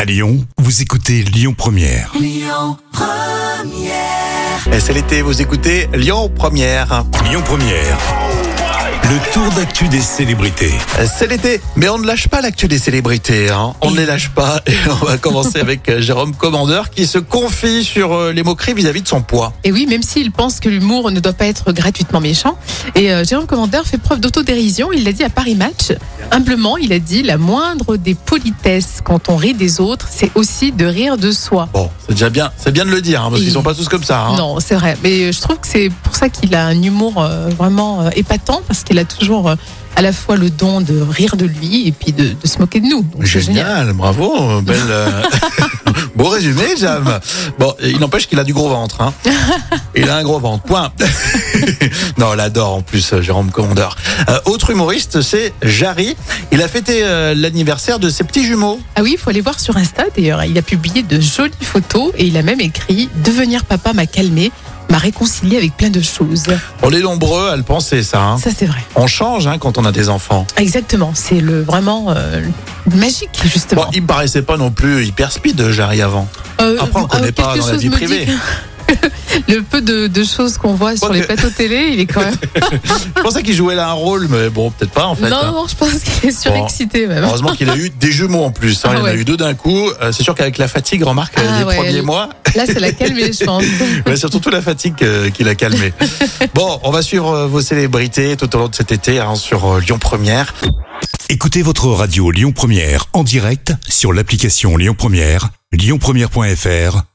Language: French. À Lyon, vous écoutez Lyon Première. Et c'est l'été, vous écoutez Lyon Première. Lyon Première. Le tour d'actu des célébrités. C'est l'été, mais on ne lâche pas l'actu des célébrités. hein. On ne les lâche pas. Et on va commencer avec euh, Jérôme Commandeur qui se confie sur euh, les moqueries vis-à-vis de son poids. Et oui, même s'il pense que l'humour ne doit pas être gratuitement méchant. Et euh, Jérôme Commandeur fait preuve d'autodérision. Il l'a dit à Paris Match. Humblement, il a dit La moindre des politesses quand on rit des autres, c'est aussi de rire de soi. Bon, c'est déjà bien. C'est bien de le dire, hein, parce Et- qu'ils sont pas tous comme ça. hein. Non, c'est vrai. Mais je trouve que c'est pour ça qu'il a un humour euh, vraiment euh, épatant, parce qu'il a toujours euh, à la fois le don de rire de lui et puis de, de se moquer de nous. Donc, c'est Génial, bravo, belle. euh, Beau résumé, Jam. Bon, il n'empêche qu'il a du gros ventre. Hein. Il a un gros ventre. Point. non, on l'adore en plus, euh, Jérôme Commandeur. Euh, autre humoriste, c'est Jarry. Il a fêté euh, l'anniversaire de ses petits jumeaux. Ah oui, il faut aller voir sur Insta d'ailleurs. Il a publié de jolies photos et il a même écrit Devenir papa m'a calmé, m'a réconcilié avec plein de choses. On est nombreux à le penser, ça. hein. Ça, c'est vrai. On change hein, quand on a des enfants. Exactement, c'est le vraiment euh, magique justement. Bon, il me paraissait pas non plus hyper speed, Jarry, avant. Euh, après, on le connaît pas quelque dans la chose vie me dit privée. que- le peu de, de choses qu'on voit sur Quoique- les plateaux télé, il est quand même. Je pensais qu'il jouait là un rôle, mais bon, peut-être pas en fait. hein. non, non, je pense qu'il est surexcité même. Heureusement qu'il a eu des jumeaux en plus. hein. il Ah en a ouais. eu deux d'un coup. Euh, c'est sûr qu'avec la fatigue, remarque, euh, Ah les ouais, premiers elle- mois, Là, c'est la calmée, je pense. mais c'est surtout la fatigue euh, qui l'a calmé. bon, on va suivre euh, vos célébrités tout au long de cet été hein, sur euh, Lyon Première. Écoutez votre radio Lyon Première en direct sur l'application Lyon Première, lyonpremière.fr